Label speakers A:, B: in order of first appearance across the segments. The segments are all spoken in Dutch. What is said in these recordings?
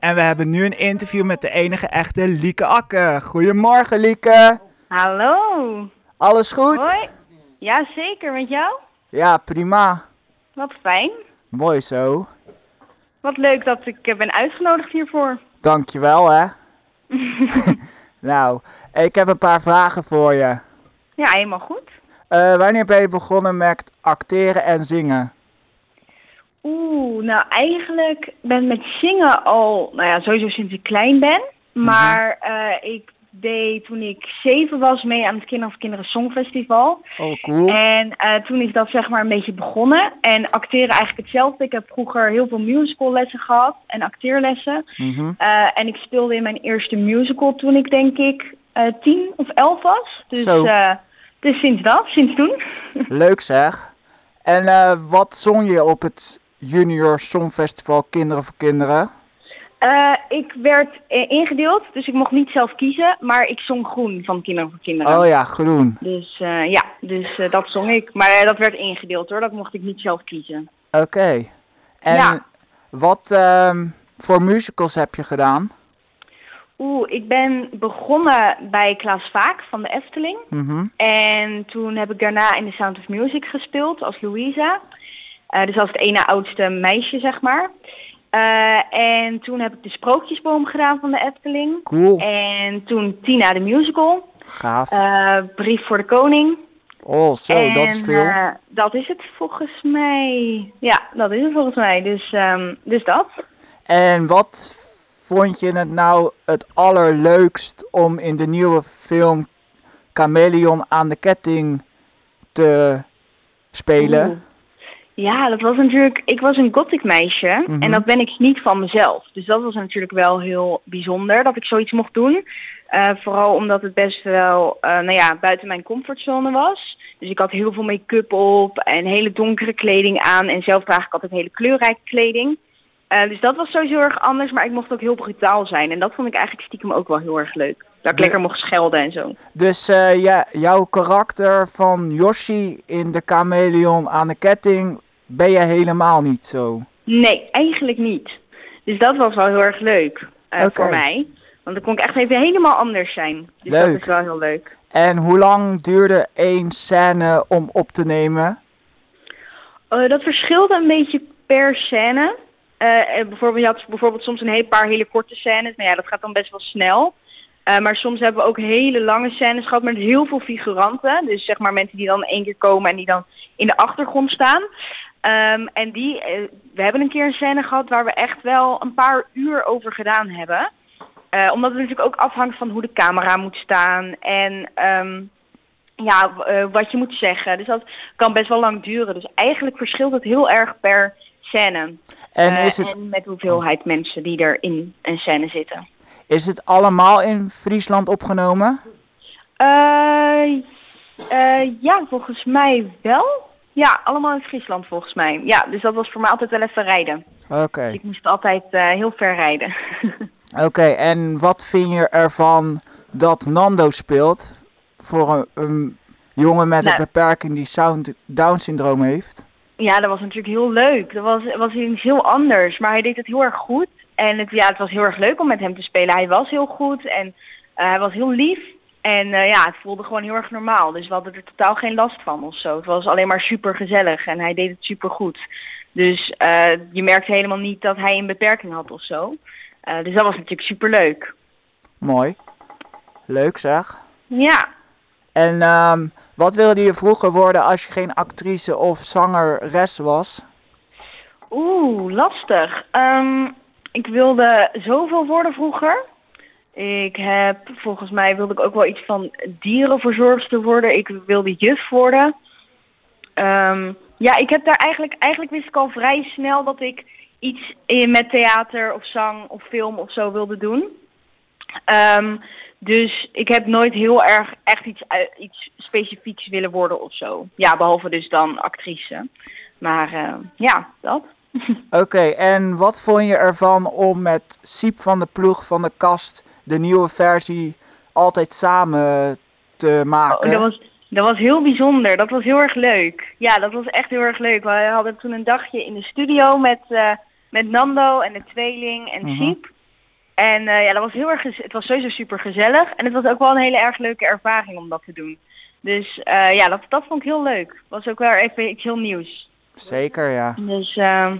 A: En we hebben nu een interview met de enige echte Lieke Akke. Goedemorgen Lieke.
B: Hallo.
A: Alles goed?
B: Hoi. Ja, zeker. Met jou?
A: Ja, prima.
B: Wat fijn.
A: Mooi zo.
B: Wat leuk dat ik eh, ben uitgenodigd hiervoor.
A: Dankjewel hè. nou, ik heb een paar vragen voor je.
B: Ja, helemaal goed.
A: Eh, wanneer ben je begonnen met acteren en zingen?
B: Oeh, nou eigenlijk ben ik met zingen al, nou ja, sowieso sinds ik klein ben. Maar eh, ik deed toen ik zeven was mee aan het Kinderen of Kinderen Songfestival.
A: Oh, cool.
B: En eh, toen is dat zeg maar een beetje begonnen. En acteren eigenlijk hetzelfde. Ik heb vroeger heel veel musicallessen gehad en acteerlessen.
A: Mhm.
B: Eh, en ik speelde in mijn eerste musical toen ik denk ik eh, tien of elf was. Dus,
A: Zo.
B: eh, dus sinds dat, sinds toen.
A: Leuk zeg. En eh, wat zong je op het Junior Songfestival Kinderen voor Kinderen?
B: Eh, ik werd eh, ingedeeld, dus ik mocht niet zelf kiezen, maar ik zong groen van Kinderen voor Kinderen.
A: Oh ja, groen.
B: Dus eh, ja, dus eh, dat zong ik. Maar eh, dat werd ingedeeld hoor, dat mocht ik niet zelf kiezen.
A: Oké. En
B: Ja.
A: wat ehm, voor musicals heb je gedaan?
B: Oeh, ik ben begonnen bij Klaas Vaak van de Efteling.
A: Mhm.
B: En toen heb ik daarna in The Sound of Music gespeeld als Louisa. Eh, dus als het ene oudste meisje, zeg maar. Eh, en toen heb ik de Sprookjesboom gedaan van de Efteling.
A: Cool.
B: En toen Tina de Musical.
A: Gaaf.
B: eh, Brief voor de Koning.
A: oh, zo,
B: en,
A: dat is veel.
B: eh, dat is het volgens mij. Ja, dat is het volgens mij. Dus, ehm, dus dat.
A: En wat vond je het nou het allerleukst om in de nieuwe film Chameleon aan de ketting te spelen?
B: Oeh. Ja, dat was natuurlijk. Ik was een gothic meisje
A: Mhm.
B: en dat ben ik niet van mezelf. Dus dat was natuurlijk wel heel bijzonder dat ik zoiets mocht doen. Eh, vooral omdat het best wel, eh, nou ja, buiten mijn comfortzone was. Dus ik had heel veel make-up op en hele donkere kleding aan. En zelf draag ik altijd hele kleurrijke kleding. Eh, dus dat was sowieso heel erg anders, maar ik mocht ook heel brutaal zijn. En dat vond ik eigenlijk stiekem ook wel heel erg leuk. Dat ik
A: De-
B: lekker mocht schelden en zo.
A: Dus eh, ja, jouw karakter van Yoshi in de Chameleon aan de ketting ben je helemaal niet zo.
B: Nee, eigenlijk niet. Dus dat was wel heel erg leuk eh,
A: Oké.
B: voor mij. Want dan kon ik echt even helemaal anders zijn. Dus dat
A: Leuk.
B: is wel heel leuk.
A: En hoe lang duurde één scène om op te nemen?
B: Eh, dat verschilde een beetje per scène. Eh, eh, bijvoorbeeld, je had bijvoorbeeld soms een heel paar hele korte scènes. Nou ja, dat gaat dan best wel snel. Eh, maar soms hebben we ook hele lange scènes gehad met heel veel figuranten. Dus zeg maar mensen die dan één keer komen en die dan in de achtergrond staan. Ehm, en die, eh, we hebben een keer een scène gehad waar we echt wel een paar uur over gedaan hebben. Eh, omdat het natuurlijk ook afhangt van hoe de camera moet staan en ehm, ja, w- eh, wat je moet zeggen. Dus dat kan best wel lang duren. Dus eigenlijk verschilt het heel erg per scène.
A: En
B: Eh,
A: is, het,
B: en met hoeveelheid mensen die er in een scène zitten.
A: is het allemaal in Friesland opgenomen?
B: Eh, eh, ja, volgens mij wel. Ja, allemaal in Friesland volgens mij. Ja, dus dat was voor mij altijd wel even rijden.
A: Oké.
B: Ik moest altijd eh, heel ver rijden.
A: Oké, en wat vind je ervan dat Nando speelt voor een, een jongen met
B: Nou.
A: een beperking die sound, Down syndroom heeft?
B: ja, dat was natuurlijk heel leuk. Dat was, was iets heel anders. Maar hij deed het heel erg goed. En het, ja, het was heel erg leuk om met hem te spelen. Hij was heel goed en eh, hij was heel lief. En eh, ja, het voelde gewoon heel erg normaal. Dus we hadden er totaal geen last van of zo. Het was alleen maar super gezellig en hij deed het super goed. Dus eh, je merkte helemaal niet dat hij een beperking had of zo. Eh, dus dat was natuurlijk super leuk.
A: Mooi. Leuk zeg.
B: Ja.
A: En ehm, wat wilde je vroeger worden als je geen actrice of zangeres was?
B: Oeh, lastig. Ehm, ik wilde zoveel worden vroeger. Ik heb, volgens mij wilde ik ook wel iets van dierenverzorgster worden. Ik wilde juf worden. Ehm, ja, ik heb daar eigenlijk, eigenlijk wist ik al vrij snel dat ik iets in, met theater of zang of film of zo wilde doen. Ehm, dus ik heb nooit heel erg echt iets, uit- iets specifieks willen worden of zo. Ja, behalve dus dan actrice. Maar eh, ja, dat.
A: Oké, en wat vond je ervan om met Siep van de ploeg van de kast de nieuwe versie altijd samen te maken?
B: Oh, dat, was, dat was heel bijzonder. Dat was heel erg leuk. Ja, dat was echt heel erg leuk. We hadden toen een dagje in de studio met, eh, met Nando en de tweeling en
A: Mhm.
B: Siep. En eh, ja, dat was heel erg, gez- het was sowieso super gezellig. En het was ook wel een hele erg leuke ervaring om dat te doen. Dus eh, ja, dat, dat vond ik heel leuk. Was ook wel even iets heel nieuws.
A: Zeker, ja.
B: Dus eh,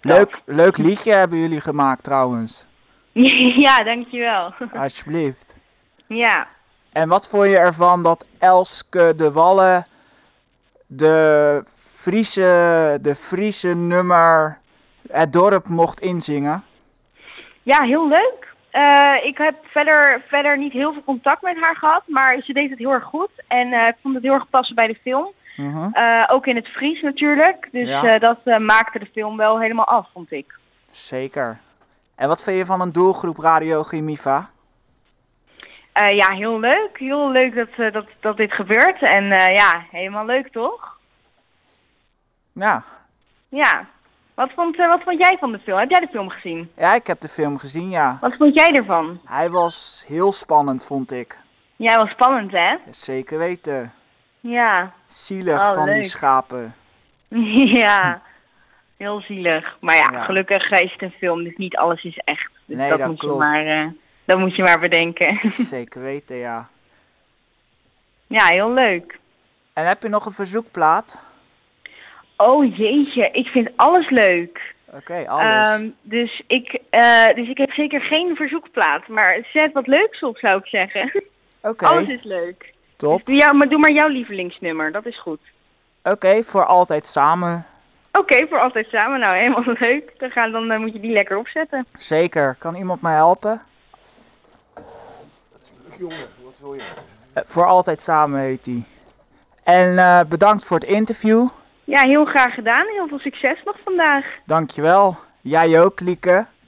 A: Leuk, leuk liedje hebben jullie gemaakt trouwens.
B: ja, dankjewel.
A: Alsjeblieft.
B: ja.
A: En wat vond je ervan dat Elske de Wallen de Friese, de Friese nummer Het Dorp mocht inzingen?
B: ja, heel leuk. Eh, ik heb verder, verder niet heel veel contact met haar gehad, maar ze deed het heel erg goed. En eh, ik vond het heel erg passen bij de film.
A: Mhm.
B: Eh, ook in het Fries natuurlijk. Dus
A: Ja.
B: eh, dat eh, maakte de film wel helemaal af, vond ik.
A: Zeker. En wat vind je van een doelgroep Radio Gimiva?
B: Eh, ja, heel leuk. Heel leuk dat, eh, dat, dat dit gebeurt. En eh, ja, helemaal leuk toch?
A: Ja.
B: Ja. Wat vond, eh, wat vond jij van de film? Heb jij de film gezien?
A: ja, ik heb de film gezien, ja.
B: Wat vond jij ervan?
A: Hij was heel spannend, vond ik.
B: Jij was spannend, hè?
A: Zeker weten.
B: Ja.
A: Zielig
B: Oh,
A: van die
B: leuk.
A: schapen.
B: ja. Heel zielig. Maar ja,
A: Hm. Ja.
B: gelukkig eh, is het een film, dus niet alles is echt. Dus
A: Nee,
B: dat,
A: dat
B: moet
A: klopt.
B: Je maar, eh, dat moet je maar bedenken.
A: Zeker weten, ja.
B: ja, heel leuk.
A: En heb je nog een verzoekplaat?
B: Oh jeetje, ik vind alles leuk.
A: Oké, alles.
B: Ehm, dus, ik, eh, dus ik heb zeker geen verzoekplaat, maar zet wat leuks op zou ik zeggen.
A: Oké,
B: Alles is leuk.
A: top.
B: Doe, jou, maar doe maar jouw lievelingsnummer, dat is goed.
A: Oké, voor altijd samen.
B: Oké, voor altijd samen. Nou, helemaal leuk. Dan, gaan, dan eh, moet je die lekker opzetten.
A: Zeker. Kan iemand mij helpen? Eh, voor altijd samen heet die. En eh, bedankt voor het interview.
B: Ja, heel graag gedaan. Heel veel succes nog vandaag.
A: Dankjewel. Jij ook, Lieke.